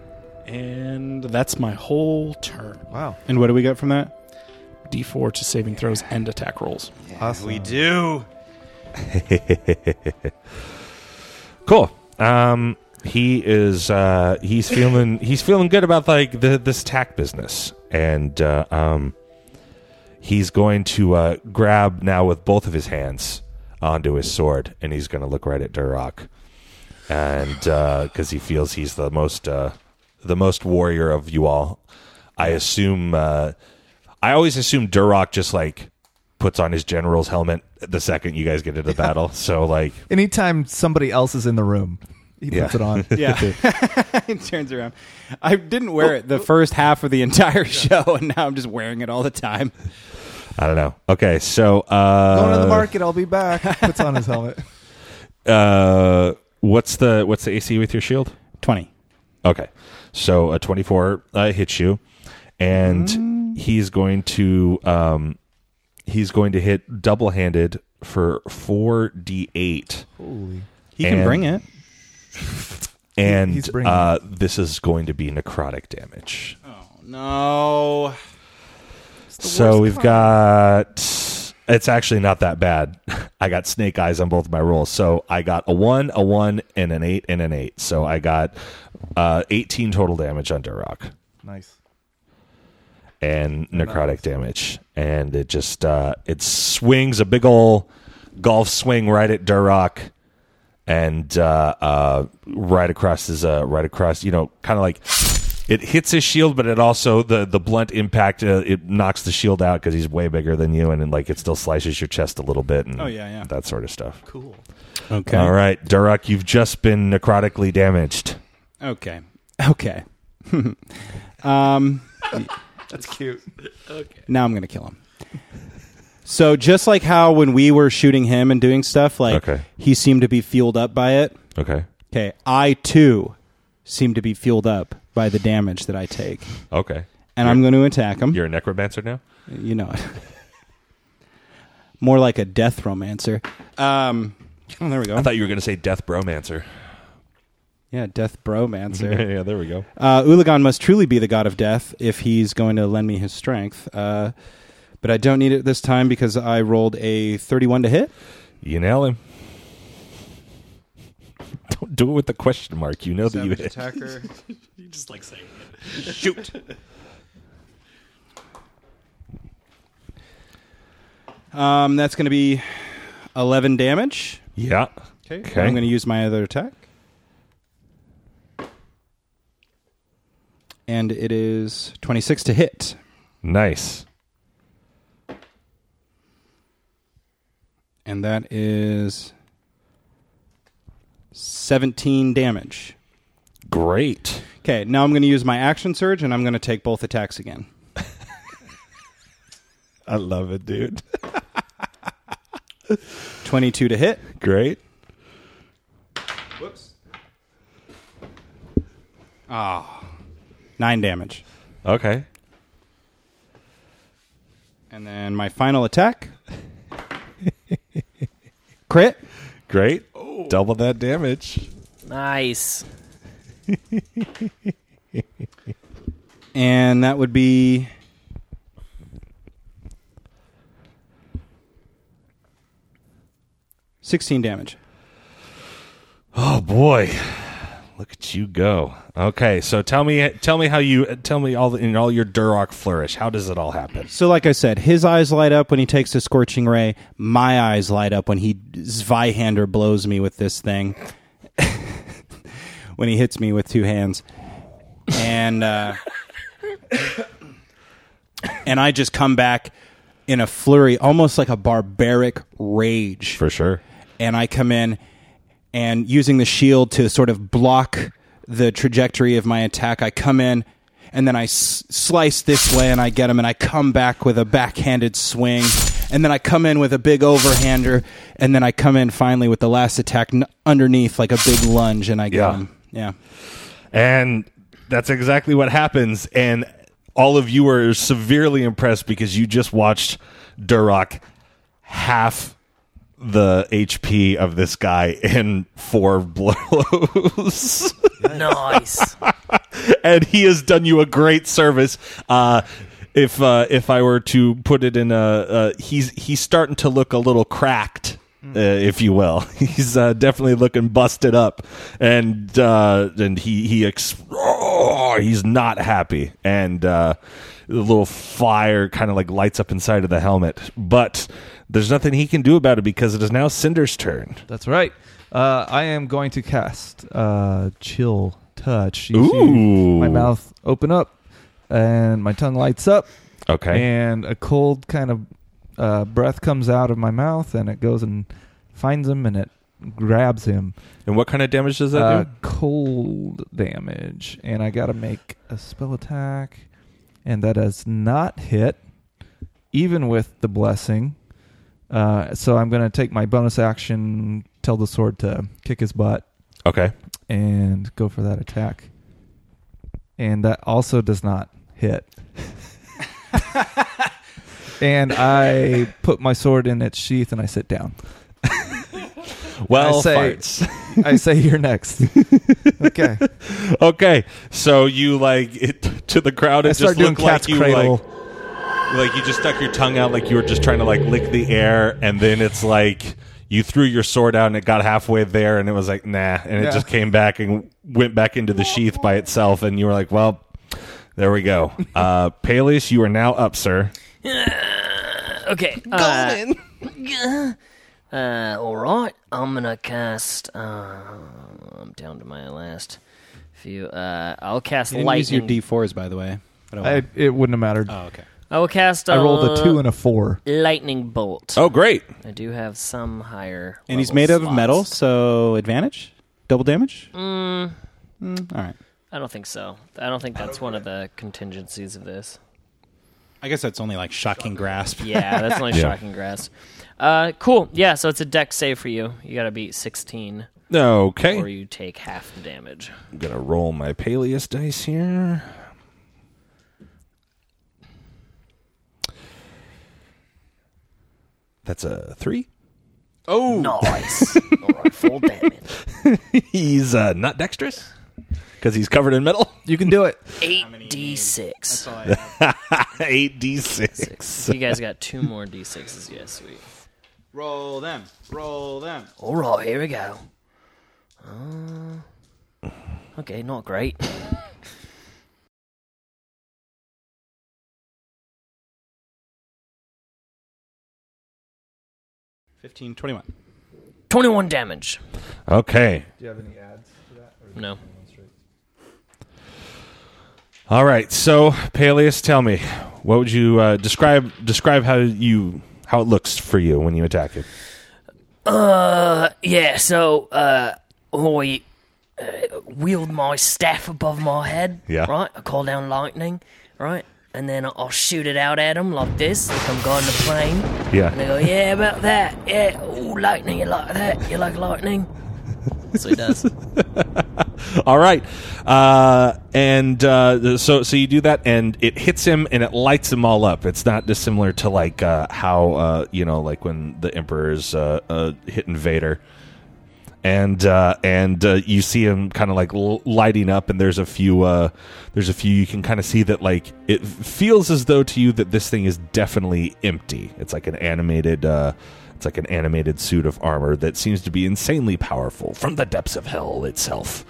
C: and that's my whole turn.
F: Wow.
G: And what do we get from that?
C: D4 to saving throws and attack rolls.
F: Awesome.
D: we do.
B: cool. Um, he is uh, he's feeling he's feeling good about like the, this tack business, and uh, um, he's going to uh, grab now with both of his hands onto his sword, and he's going to look right at Durrock, and because he feels he's the most uh, the most warrior of you all. I assume uh, I always assume Durrock just like puts on his general's helmet the second you guys get into battle. So like
F: Anytime somebody else is in the room, he
B: Yeah.
F: puts it on.
G: Yeah. it turns around. I didn't wear it the first half of the entire show, and now I'm just wearing it all the time.
B: I don't know. Okay, so uh,
F: Going to the market, I'll be back. Puts on his helmet.
B: Uh, what's the what's the AC with your shield?
G: 20.
B: Okay, so a twenty-four uh, hits you, and
F: Mm.
B: he's going to um, he's going to hit double-handed for four d eight,
G: He can
B: And-
G: bring it.
B: and
F: he's bringing Oh,
B: uh, this is going to be necrotic damage.
G: No.
B: So we've got. It's actually not that bad. I got snake eyes on both my rolls. So I got a one, a one, and an eight, and an eight. So I got uh, 18 total damage on Durrock
F: Nice.
B: and necrotic damage. And it just uh, it swings a big ol' golf swing right at Durrock and uh, uh, right across his uh, right across, you know, kind of like it hits his shield, but it also the the blunt impact uh, it knocks the shield out because he's way bigger than you, and, then like it still slices your chest a little bit. And
G: Oh, yeah, yeah.
B: that sort of stuff. Cool.
G: Okay.
B: All right, Durrock, you've just been necrotically damaged.
G: Okay. Okay. um,
F: That's cute.
G: now I'm going to kill him. So just like how when we were shooting him and doing stuff, like
B: Okay.
G: he seemed to be fueled up by it.
B: Okay.
G: Okay, I too seem to be fueled up by the damage that I take,
B: Okay.
G: and I'm going to attack him.
B: You're a necromancer now.
G: You know it. More like a death romancer. Um, oh, there we go.
B: I thought you were going to say death bromancer.
G: yeah, death bromancer.
B: yeah, there we go.
G: uh, Ulagan must truly be the god of death if he's going to lend me his strength. Uh, but I don't need it this time because I rolled a 31 to hit.
B: You nail him. Don't do it with the question mark. You know that you hit.
G: attacker.
C: You just like saying it.
G: Shoot. um, that's going to be 11 damage.
B: Yeah.
G: Okay.
B: Okay.
G: I'm going to use my other attack. And it is 26 to hit.
B: Nice.
G: and that is 17 damage.
B: Great.
G: Okay, now I'm going to use my action surge and I'm going to take both attacks again.
B: I love it, dude.
G: 22 to hit.
B: Great.
G: Whoops. Ah, nine damage.
B: Okay.
G: And then my final attack. Crit.
B: Great. Double that damage.
E: Nice.
G: And that would be. Sixteen damage.
B: Oh boy. Look at you go. Okay, so tell me tell me how you tell me all the, in all your Duroc flourish. How does it all happen?
G: So, like I said, his eyes light up when he takes a scorching ray. My eyes light up when he Zweihander blows me with this thing. when he hits me with two hands, and uh, and I just come back in a flurry, almost like a barbaric rage
B: For sure.
G: and I come in and using the shield to sort of block the trajectory of my attack, I come in and then I s- slice this way and I get him and I come back with a backhanded swing and then I come in with a big overhander and then I come in finally with the last attack n- underneath like a big lunge and I get
B: Yeah.
G: him. Yeah.
B: And that's exactly what happens. And all of you are severely impressed because you just watched Duroc half the HP of this guy in four blows.
E: Nice. Uh,
B: and he has done you a great service. Uh, if uh, if I were to put it in a, uh, he's he's starting to look a little cracked, uh, if you will. He's uh, definitely looking busted up, and uh, and he he ex- oh, he's not happy, and uh, a little fire kind of like lights up inside of the helmet, but. There's nothing he can do about it because it is now Cinder's turn.
F: That's right. Uh, I am going to cast uh, Chill Touch. You see
B: Ooh.
F: my mouth open up and my tongue lights up,
B: Okay.
F: and a cold kind of uh, breath comes out of my mouth, and it goes and finds him, and it grabs him.
B: And what kind of damage does that
F: uh,
B: do?
F: cold damage, and I gotta make a spell attack, and that does not hit, even with the blessing. Uh, so I'm gonna take my bonus action, tell the sword to kick his butt,
B: Okay.
F: and go for that attack. And that also does not hit. and I put my sword in its sheath and I sit down.
B: Well,
F: I say-
B: farts.
F: I say, "You're next." okay.
B: Okay, so you like it to the crowd. It
F: I
B: just
F: start doing
B: looked
F: cat's
B: like you
F: cradle.
B: like like you just stuck your tongue out like you were just trying to like lick the air, and then it's like you threw your sword out and it got halfway there, and it was like nah, and
F: Yeah.
B: it just came back and went back into the sheath by itself, and you were like, well, there we go. Uh, Peleus, you are now up, sir.
E: Okay. Uh, uh, all right. I'm gonna cast. Uh, I'm down to my last few. Uh, I'll cast
G: You didn't use your
E: lightning.
G: D4s, by the way. I don't
F: I,
G: want-
F: it wouldn't have mattered.
G: oh, okay.
E: I will cast. uh,
F: I rolled a two and a four.
E: lightning bolt.
B: Oh, great!
E: I do have some higher.
G: And he's
E: level
G: made out of
E: slots.
G: metal, so advantage? Double damage? Mm. all right.
E: I don't think so. I don't think that's one of the contingencies of this.
G: I guess that's only like shocking grasp.
E: Yeah, that's only shocking grass. Uh, cool. Yeah, so it's a deck save for you. You gotta beat 16,
B: Okay,
E: or you take half the damage.
B: I'm gonna roll my Peleus dice here. That's a three.
E: Nice. All right, full damage.
B: He's uh, not dexterous because he's covered in metal.
F: You can do it.
E: 8d6.
B: Eight d six.
E: You guys got two more d6s. Yeah, sweet.
G: Roll them. Roll them.
E: All right, here we go. Uh, okay, not great.
G: Fifteen twenty-one.
E: 21 damage.
B: Okay.
E: No.
B: All right. So Peleus, tell me, what would you uh, describe? Describe how you how it looks for you when you attack it.
E: Uh, yeah. So, uh, I uh, wield my staff above my head.
B: Yeah.
E: Right. I call down lightning. Right. And then I- I'll shoot it out at them like this, like I'm guiding a plane.
B: Yeah.
E: And they go, "Yeah, about that. Yeah. Oh, lightning. You like that? You like lightning?" So he does.
B: All right, uh, and uh, so so you do that, and it hits him, and it lights them all up. It's not dissimilar to like uh, how uh, you know, like when the emperor's uh, uh, hitting Vader, and uh, and uh, you see him kind of like l- lighting up, and there's a few uh, there's a few you can kind of see that like it feels as though to you that this thing is definitely empty. It's like an animated. Uh, it's like an animated suit of armor that seems to be insanely powerful from the depths of hell itself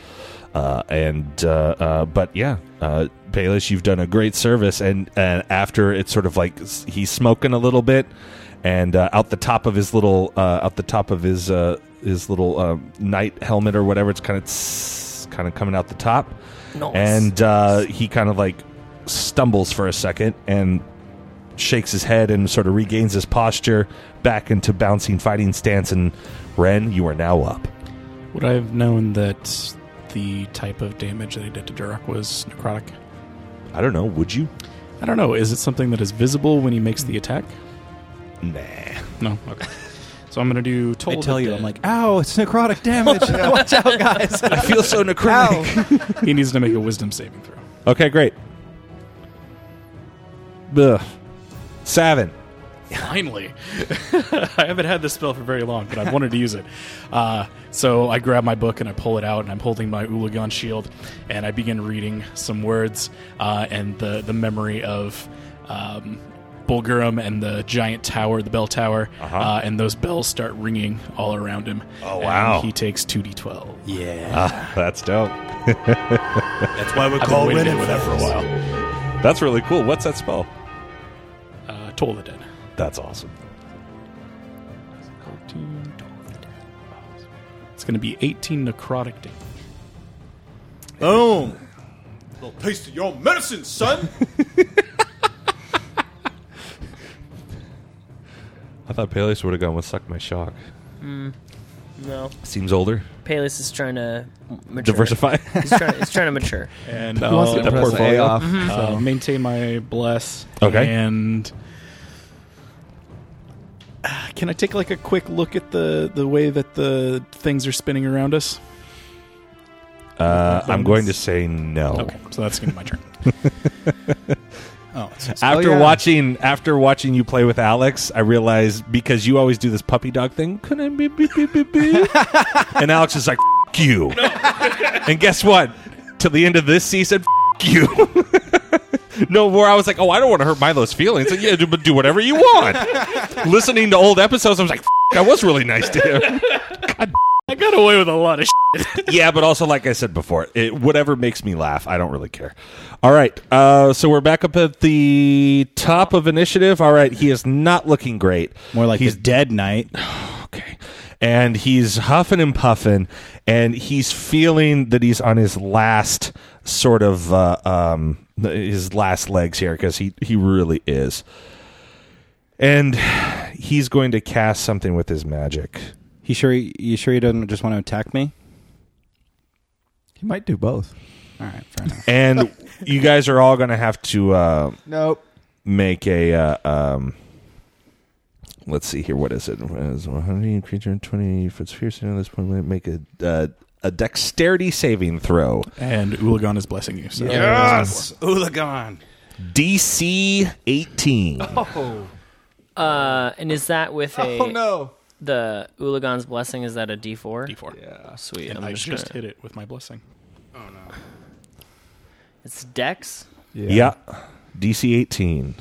B: uh, and uh, uh, but yeah, uh, Baelish, you've done a great service. And uh, after it's sort of like s- he's smoking a little bit, and uh, out the top of his little uh, out the top of his uh, his little um, knight helmet or whatever, it's kind of tss, kind of coming out the top,
E: Nice.
B: and uh, he kind of like stumbles for a second and shakes his head and sort of regains his posture back into bouncing fighting stance. And Ren, you are now up.
C: Would I have known that the type of damage that he did to Durak was necrotic?
B: I don't know. Would you?
C: I don't know. Is it something that is visible when he makes the attack?
B: Nah.
C: No. Okay. So I'm gonna do.
G: I
C: Toll of
G: tell
C: the
G: you,
C: Dead.
G: I'm like, "Ah." ow, it's necrotic damage. Watch out, guys.
B: I feel so necrotic.
C: he needs to make a Wisdom saving throw.
B: Okay, great. Ugh. Seven.
C: Finally, I haven't had this spell for very long, but I've wanted to use it. Uh, so I grab my book and I pull it out, and I'm holding my Ulagon shield, and I begin reading some words uh, and the the memory of. Um, Bulgurum and the giant tower, the bell tower, uh and those bells start ringing all around him.
B: Uh-huh. Oh,
C: And
B: wow.
C: he takes two d twelve.
G: yeah.
B: Ah, that's dope.
D: That's why we're
C: I've been waiting to do that for a while.
B: That's really cool. What's that spell?
C: Uh, Toll of the Dead.
B: That's awesome.
C: It's going to be 18 necrotic damage.
D: Boom.
G: Little taste of your medicine, son.
B: I thought Peleus would have gone with Suck My Shock.
E: no,
B: Seems older.
E: Palis is trying to mature.
B: Diversify.
E: He's trying, he's trying to mature.
C: And
F: He
G: Oh,
F: wants to
C: I'll,
B: the
F: press
B: portfolio.
F: A off.
C: uh, maintain my bless.
B: Okay.
C: And Ah, can I take like a quick look at the the way that the things are spinning around us?
B: uh, I'm going to say no.
C: Okay, so that's going to be my turn.
G: oh, it's-
B: After
D: Oh, yeah.
B: watching after watching you play with Alex, I realized because you always do this puppy dog thing, could I be, be, be, be, be? and Alex is like, F- you. and guess what? Till the end of this season, F- you. no more. I was like, oh, I don't want to hurt Milo's feelings. Like, yeah, do, but do whatever you want. Listening to old episodes, I was like, F- I was really nice to him.
C: I got away with a lot of.
B: yeah, but also, like I said before, it, whatever makes me laugh, I don't really care. All right, uh, so we're back up at the top of initiative. All right, he is not looking great.
G: More like
B: he's
G: the dead knight.
B: okay. And he's huffing and puffing, and he's feeling that he's on his last sort of uh, um, his last legs here because he he really is. And he's going to cast something with his magic.
G: He sure he, you sure he doesn't just want to attack me?
F: He might do both.
G: All right, fair enough.
B: And you guys are all going to have to uh,
F: Nope.
B: make a uh, um let's see here what is it is 100 creature and 20 foot sphere so at this point might make a uh, a dexterity saving throw
C: And Ulagon is blessing you. So
G: Yes, Ulagon.
B: dc 18
E: Uh, and is that with a
F: Oh no.
E: the Ulagon's blessing? Is that a D four?
C: D4.
E: Sweet.
C: And
E: I'm
C: I
E: just
C: just,
E: gonna-
C: hit it with my blessing.
E: It's Dex.
B: yeah dc 18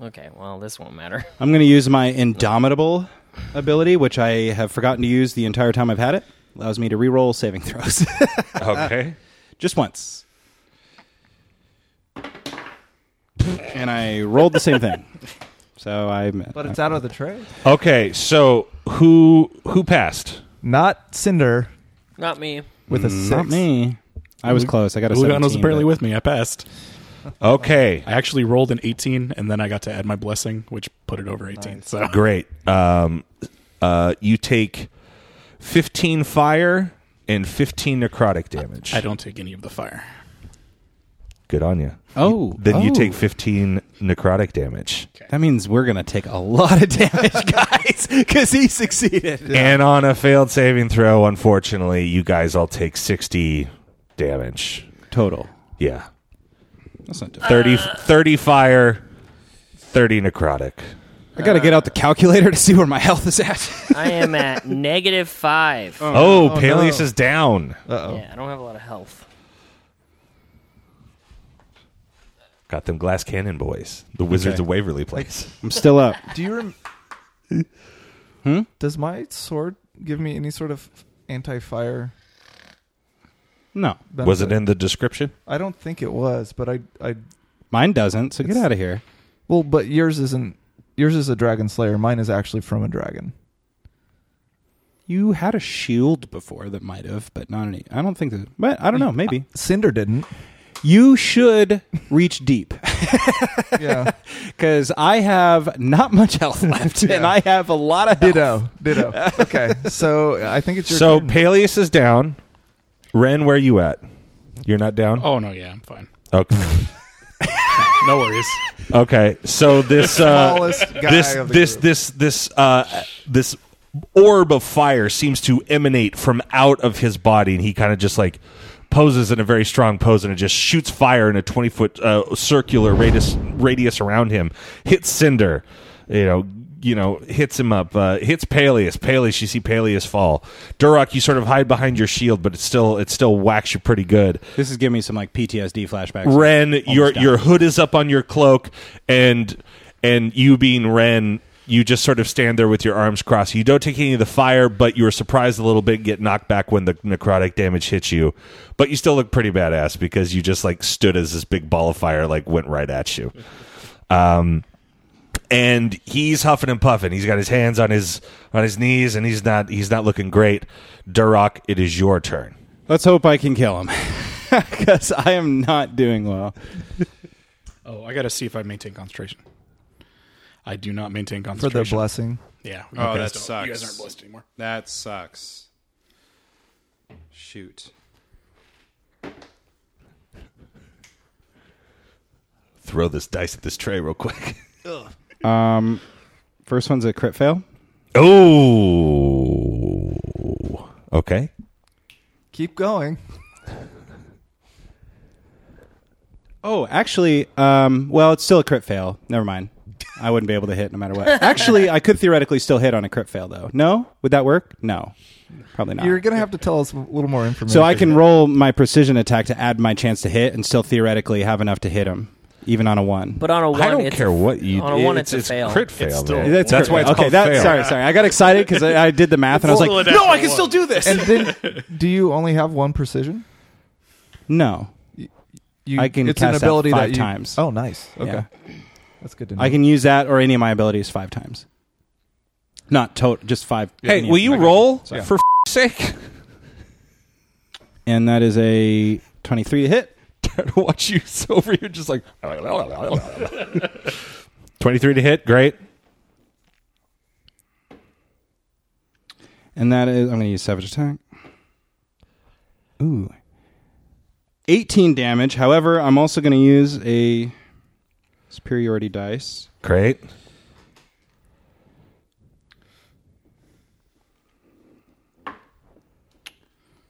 E: Okay, well, this won't matter.
G: I'm going to use my indomitable ability, which I have forgotten to use the entire time I've had it. Allows me to reroll saving throws
B: okay
G: just once. And I rolled the same thing. So I
F: But it's out of the tray.
B: okay so who who passed
F: Not Cinder
E: Not me.
F: with a six.
G: Mm, uh, not me. I was close. I got a
C: Ulagon was
G: 17,
C: apparently
G: but-
C: with me. I passed.
B: Okay.
C: I actually rolled an 18, and then I got to add my blessing, which put it over 18. So
B: Great. Um, uh, you take 15 fire and 15 necrotic damage.
C: I don't take any of the fire.
B: Good on you.
G: Oh,
B: Then you
G: oh.
B: take 15 necrotic damage.
G: That means we're gonna take a lot of damage, guys, because he succeeded.
B: And on a failed saving throw, unfortunately, you guys all take 60 damage.
G: Total.
B: Yeah.
G: That's not. Total.
B: 30, 30 fire, 30 necrotic.
G: I gotta get out the calculator to see where my health is at.
E: I am at negative five.
B: Oh, Peleus is down.
E: Yeah, I don't have a lot of health.
B: Got them glass cannon boys. The Wizards
G: Okay.
B: of Waverly Place.
G: I'm still up.
F: Do you rem- Does my sword give me any sort of anti-fire
G: No,
F: benefit?
B: Was it in the description?
F: I don't think it was, but I I
G: mine doesn't. So get out of here.
F: well, but yours isn't yours is a dragon slayer. Mine is actually from a dragon.
G: You had a shield before that might have, but not any. I don't think that. But I don't know. Maybe
F: Cinder didn't.
G: you should reach deep
F: Yeah.
G: because I have not much health left, and I have a lot of health.
F: ditto. Ditto. Okay. So I think it's your
B: So
F: turn.
B: Peleus is down. Ren, where you at? You're not down?
C: Oh, no, yeah, I'm fine.
B: Okay.
C: No worries.
B: okay. So this uh
F: Smallest guy
B: this
F: of the
B: this
F: group.
B: this this uh this orb of fire seems to emanate from out of his body and he kind of just like poses in a very strong pose and it just shoots fire in a 20 foot uh, circular radius radius around him hits cinder you know you know hits him up uh, hits peleus peleus you see peleus fall duroc you sort of hide behind your shield but it still it still whacks you pretty good
G: This is giving me some like PTSD flashbacks.
B: Ren, your
G: down.
B: your hood is up on your cloak, and and you being Ren, you just sort of stand there with your arms crossed. You don't take any of the fire, but you are surprised a little bit, get knocked back when the necrotic damage hits you. But you still look pretty badass because you just like stood as this big ball of fire like went right at you. Um, and he's huffing and puffing. He's got his hands on his on his knees, and he's not he's not looking great. Duroc, it is your turn.
G: Let's hope I can kill him because I am not doing well.
C: Oh, I got to see if I maintain concentration. I do not maintain
F: for the
C: concentration.
F: blessing.
C: Yeah.
I: Oh,
C: you
I: that
C: guys don't- You guys
I: sucks.
C: aren't blessed anymore.
I: That sucks. Shoot.
B: Throw this dice at this tray real quick.
G: Um, first one's a crit fail.
B: Oh. Okay.
F: Keep going.
G: Oh, actually, um, well, it's still a crit fail. Never mind. I wouldn't be able to hit no matter what. Actually, I could theoretically still hit on a crit fail though. No, would that work? No, probably not.
F: You're gonna have to tell us a little more information.
G: Ah, so I can roll my precision attack to add my chance to hit, and still theoretically have enough to hit him, even on a one.
E: But on a one,
B: I don't
E: it's
B: care
E: a,
B: what you
E: on a one, it's, a
B: it's
E: fail.
B: crit fail.
C: still-
B: man.
G: That's,
B: that's
G: crit
B: why it's
G: fail. okay.
B: called
G: that,
B: fail.
G: Sorry, sorry. I got excited because I, I did the math and I was like,
C: Still a
G: "No, I
C: natural
G: can still
C: one.
G: do this."
F: And then do you only have one precision?
G: no,
F: You,
G: I can
F: it's an
G: cast that
F: ability
G: five
F: that you-
G: times.
F: Oh, nice. Okay,
G: Yeah.
F: that's good to know.
G: I can use that or any of my abilities five times. Not total, just five.
B: Hey,
G: any
B: will
G: of
B: you
G: them.
B: roll
G: Sorry.
B: for f- sake?
G: And that is a twenty-three to hit.
B: Watch you over here just like 23 to hit. Great.
G: And that is, I'm going to use Savage Attack. Ooh. 18 damage. However, I'm also going to use a superiority dice.
B: Great.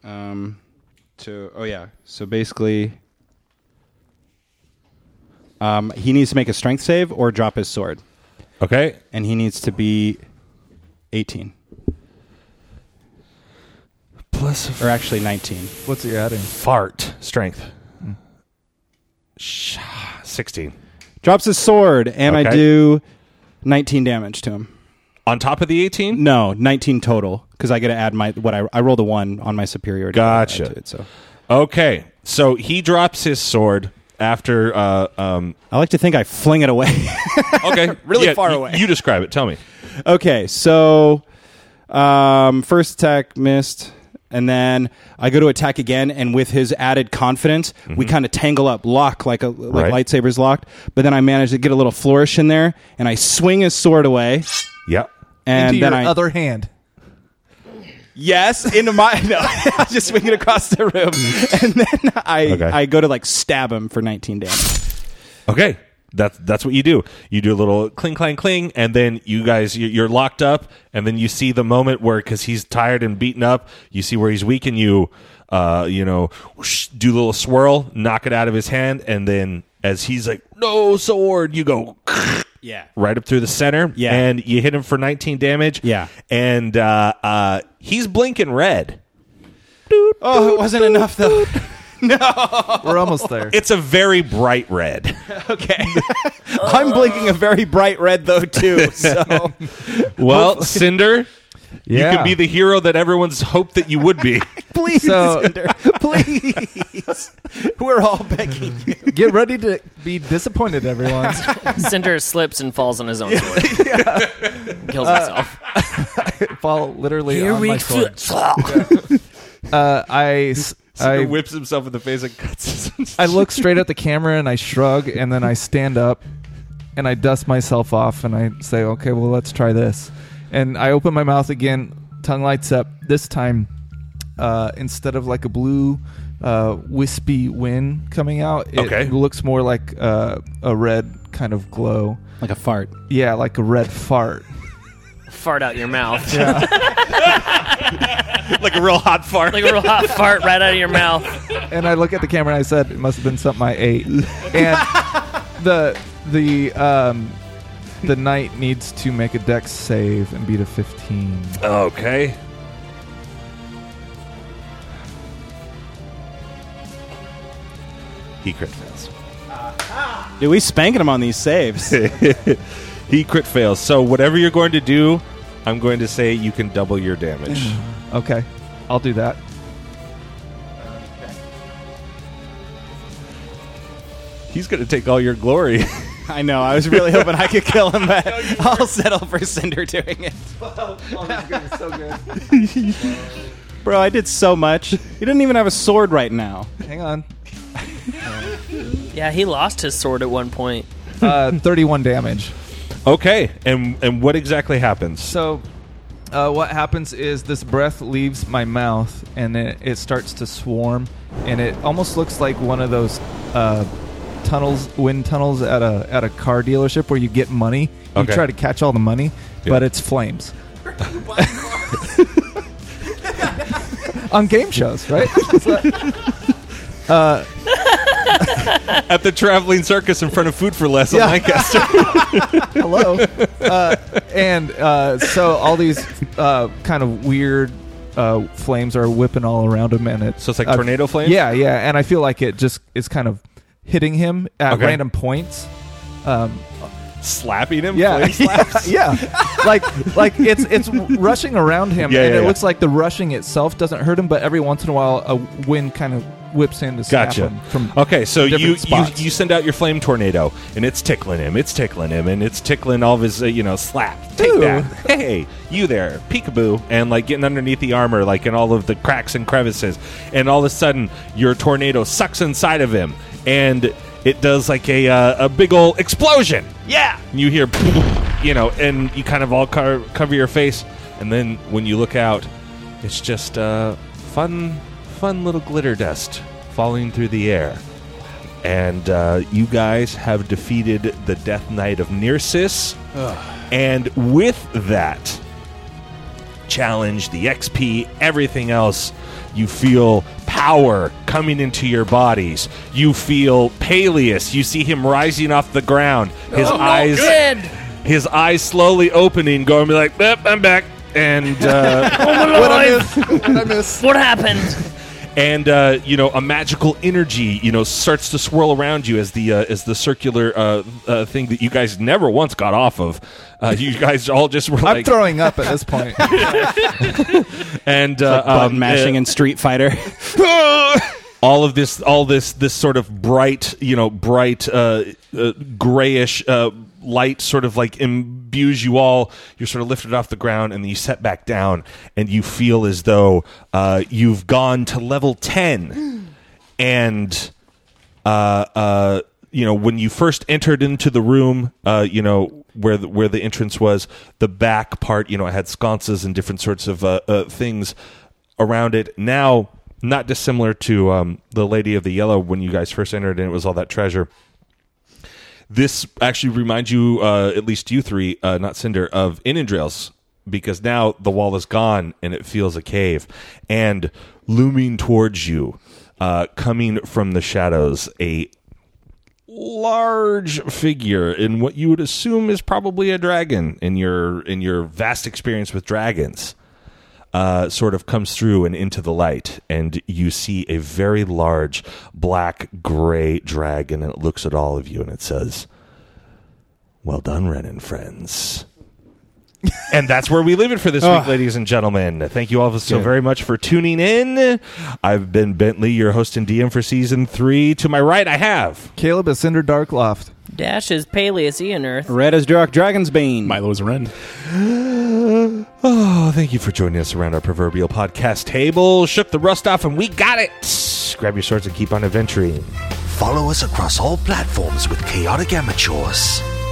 G: Um, to, oh, yeah. So basically, um, he needs to make a strength save or drop his sword.
B: Okay.
G: And he needs to be 18,
B: Plus a
G: or actually 19.
F: What's he adding?
B: fart strength. Sh- 16.
G: Drops his sword, and I
B: Okay.
G: do 19 damage to him.
B: On top of the 18?
G: No, 19 total because I got to add my what I I rolled a one on my superiority.
B: Gotcha.
G: to it, so
B: Okay. So he drops his sword after uh um
G: I like to think I fling it away.
B: okay,
G: Really far
B: you-
G: away.
B: You describe it. Tell me.
G: okay, so um, first attack missed. And then I go to attack again, and with his added confidence, we kind of tangle up, lock like a like
B: Mm-hmm. Right.
G: lightsabers locked. But then I manage to get a little flourish in there, and I swing his sword away,
B: Yep.
G: and
F: Into
G: then
F: your
G: I
F: other hand.
G: Yes, into my no, I just swing it across the room, and then I
B: Okay.
G: I go to like stab him for 19 damage.
B: Okay. That's that's what you do. You do a little cling clang cling, and then you guys you- you're locked up, and then you see the moment where because he's tired and beaten up, you see where he's weak, and you uh you know whoosh, do a little swirl, knock it out of his hand, and then as he's like no sword, you go
G: Yeah,
B: right up through the center,
G: Yeah.
B: and you hit him for 19 damage,
G: Yeah.
B: and uh, uh he's blinking red.
G: Oh, it wasn't enough though.
F: We're almost there.
B: It's a very bright red.
G: Okay, I'm blinking a very bright red though too. So
B: Well, Cinder,
F: yeah.
B: you can be the hero that everyone's hoped that you would be.
G: please,
F: So-
G: Cinder, please, we're all begging you.
F: Get ready to be disappointed, everyone.
E: Cinder slips and falls on his own sword. Kills himself.
F: Fall literally on my sword. Uh, I, s-
B: Cinder
F: I
B: whips himself in the face and cuts his.
F: I look straight at the camera and I shrug and then I stand up and I dust myself off and I say, okay, well, let's try this. And I open my mouth again, tongue lights up. This time, uh, instead of like a blue, uh, wispy wind coming out, it
B: Okay.
F: looks more like uh, a red kind of glow.
G: Like a fart.
F: Yeah, like a red fart.
E: Fart out your mouth.
B: like a real hot fart.
E: Like a real hot fart right out of your mouth.
F: and I look at the camera and I said, "It must have been something I ate." And the the um, the knight needs to make a dex save and beat a fifteen.
B: okay. He crit fails.
G: Dude, we spanking him on these saves.
B: He crit fails. So whatever you're going to do, I'm going to say you can double your damage.
F: Okay, I'll do that.
B: He's going to take all your glory.
G: I know. I was really hoping I could kill him, but I'll settle for Cinder doing it. Oh, Bro, I did so much. He doesn't even have a sword right now.
F: Hang on,
E: Yeah, he lost his sword at one point.
F: uh, thirty-one damage.
B: okay. And and what exactly happens?
F: So, uh, what happens is this breath leaves my mouth and it, it starts to swarm, and it almost looks like one of those uh, tunnels, wind tunnels at a at a car dealership where you get money. You
B: Okay.
F: try to catch all the money,
B: Yeah.
F: but it's flames. On game shows, right? It's like-
B: At the traveling circus in front of Food for Less
F: Yeah.
B: in Lancaster.
F: hello. Uh, and uh, so all these uh, kind of weird uh, flames are whipping all around him, and it
B: So it's like
F: uh,
B: tornado flames?
F: Yeah, yeah. And I feel like it just is kind of hitting him at
B: Okay.
F: random points. Um,
B: Slapping him?
F: yeah,
B: flame slaps?
F: yeah. Like, like it's it's rushing around him,
B: Yeah,
F: and
B: yeah,
F: it
B: yeah.
F: looks like the rushing itself doesn't hurt him, but every once in a while, a wind kind of whips in to stab
B: Gotcha.
F: him from
B: okay, so you,
F: different
B: you
F: spots.
B: you send out your flame tornado, and it's tickling him. It's tickling him, and it's tickling all of his uh, you know slap. Take
F: Ooh.
B: that. Hey, you there, peekaboo, and like getting underneath the armor, like in all of the cracks and crevices, and all of a sudden your tornado sucks inside of him, and it does like a uh, a big old explosion. Yeah, and you hear, you know, and you kind of all co- cover your face, and then when you look out, it's just uh, fun, fun little glitter dust falling through the air. And uh, you guys have defeated the Death Knight of Nearsis. And with that challenge, the XP, everything else, you feel power coming into your bodies. You feel Peleus. You see him rising off the ground. His eyes
E: Dead.
B: his eyes slowly opening, going be like, "Yep, I'm back. And uh,
E: What happened?
B: and uh, you know a magical energy you know starts to swirl around you as the uh, as the circular uh, uh, thing that you guys never once got off of. Uh, you guys all just were
F: I'm
B: like
F: throwing up at this point.
B: and uh,
G: Button
B: um,
G: mashing
B: uh,
G: in Street Fighter.
B: all of this all this this sort of bright you know bright uh, uh, grayish uh, light sort of like Im- spews you all. You're sort of lifted off the ground and then you set back down, and you feel as though uh, you've gone to level 10. And uh, uh, you know, when you first entered into the room, uh, you know where the, where the entrance was, the back part, you know, it had sconces and different sorts of uh, uh, things around it. Now, not dissimilar to um, the Lady of the Yellow when you guys first entered, and it was all that treasure. This actually reminds you, uh, at least you three, uh, not Cinder, of Innindrails because now the wall is gone and it feels a cave. And looming towards you, uh, coming from the shadows, a large figure in what you would assume is probably a dragon in your in your vast experience with dragons uh, sort of comes through and into the light, and you see a very large black gray dragon, and it looks at all of you and it says, Well done, Ren and friends. Ah. and that's where we leave it for this week, ladies and gentlemen. Thank you all so very much for tuning in. I've been Bentley, your host and DM for season three. To my right, I have.
F: Caleb is Cinder Darkloft.
E: Dash is Peleus Ian Earth.
G: Red as Dark Dragon's Bane.
C: Milo's Ren.
B: Oh, thank you for joining us around our proverbial podcast table. Shook the rust off, and we got it. Grab your swords and keep on adventuring.
A: Follow us across all platforms with Chaotic Amateurs.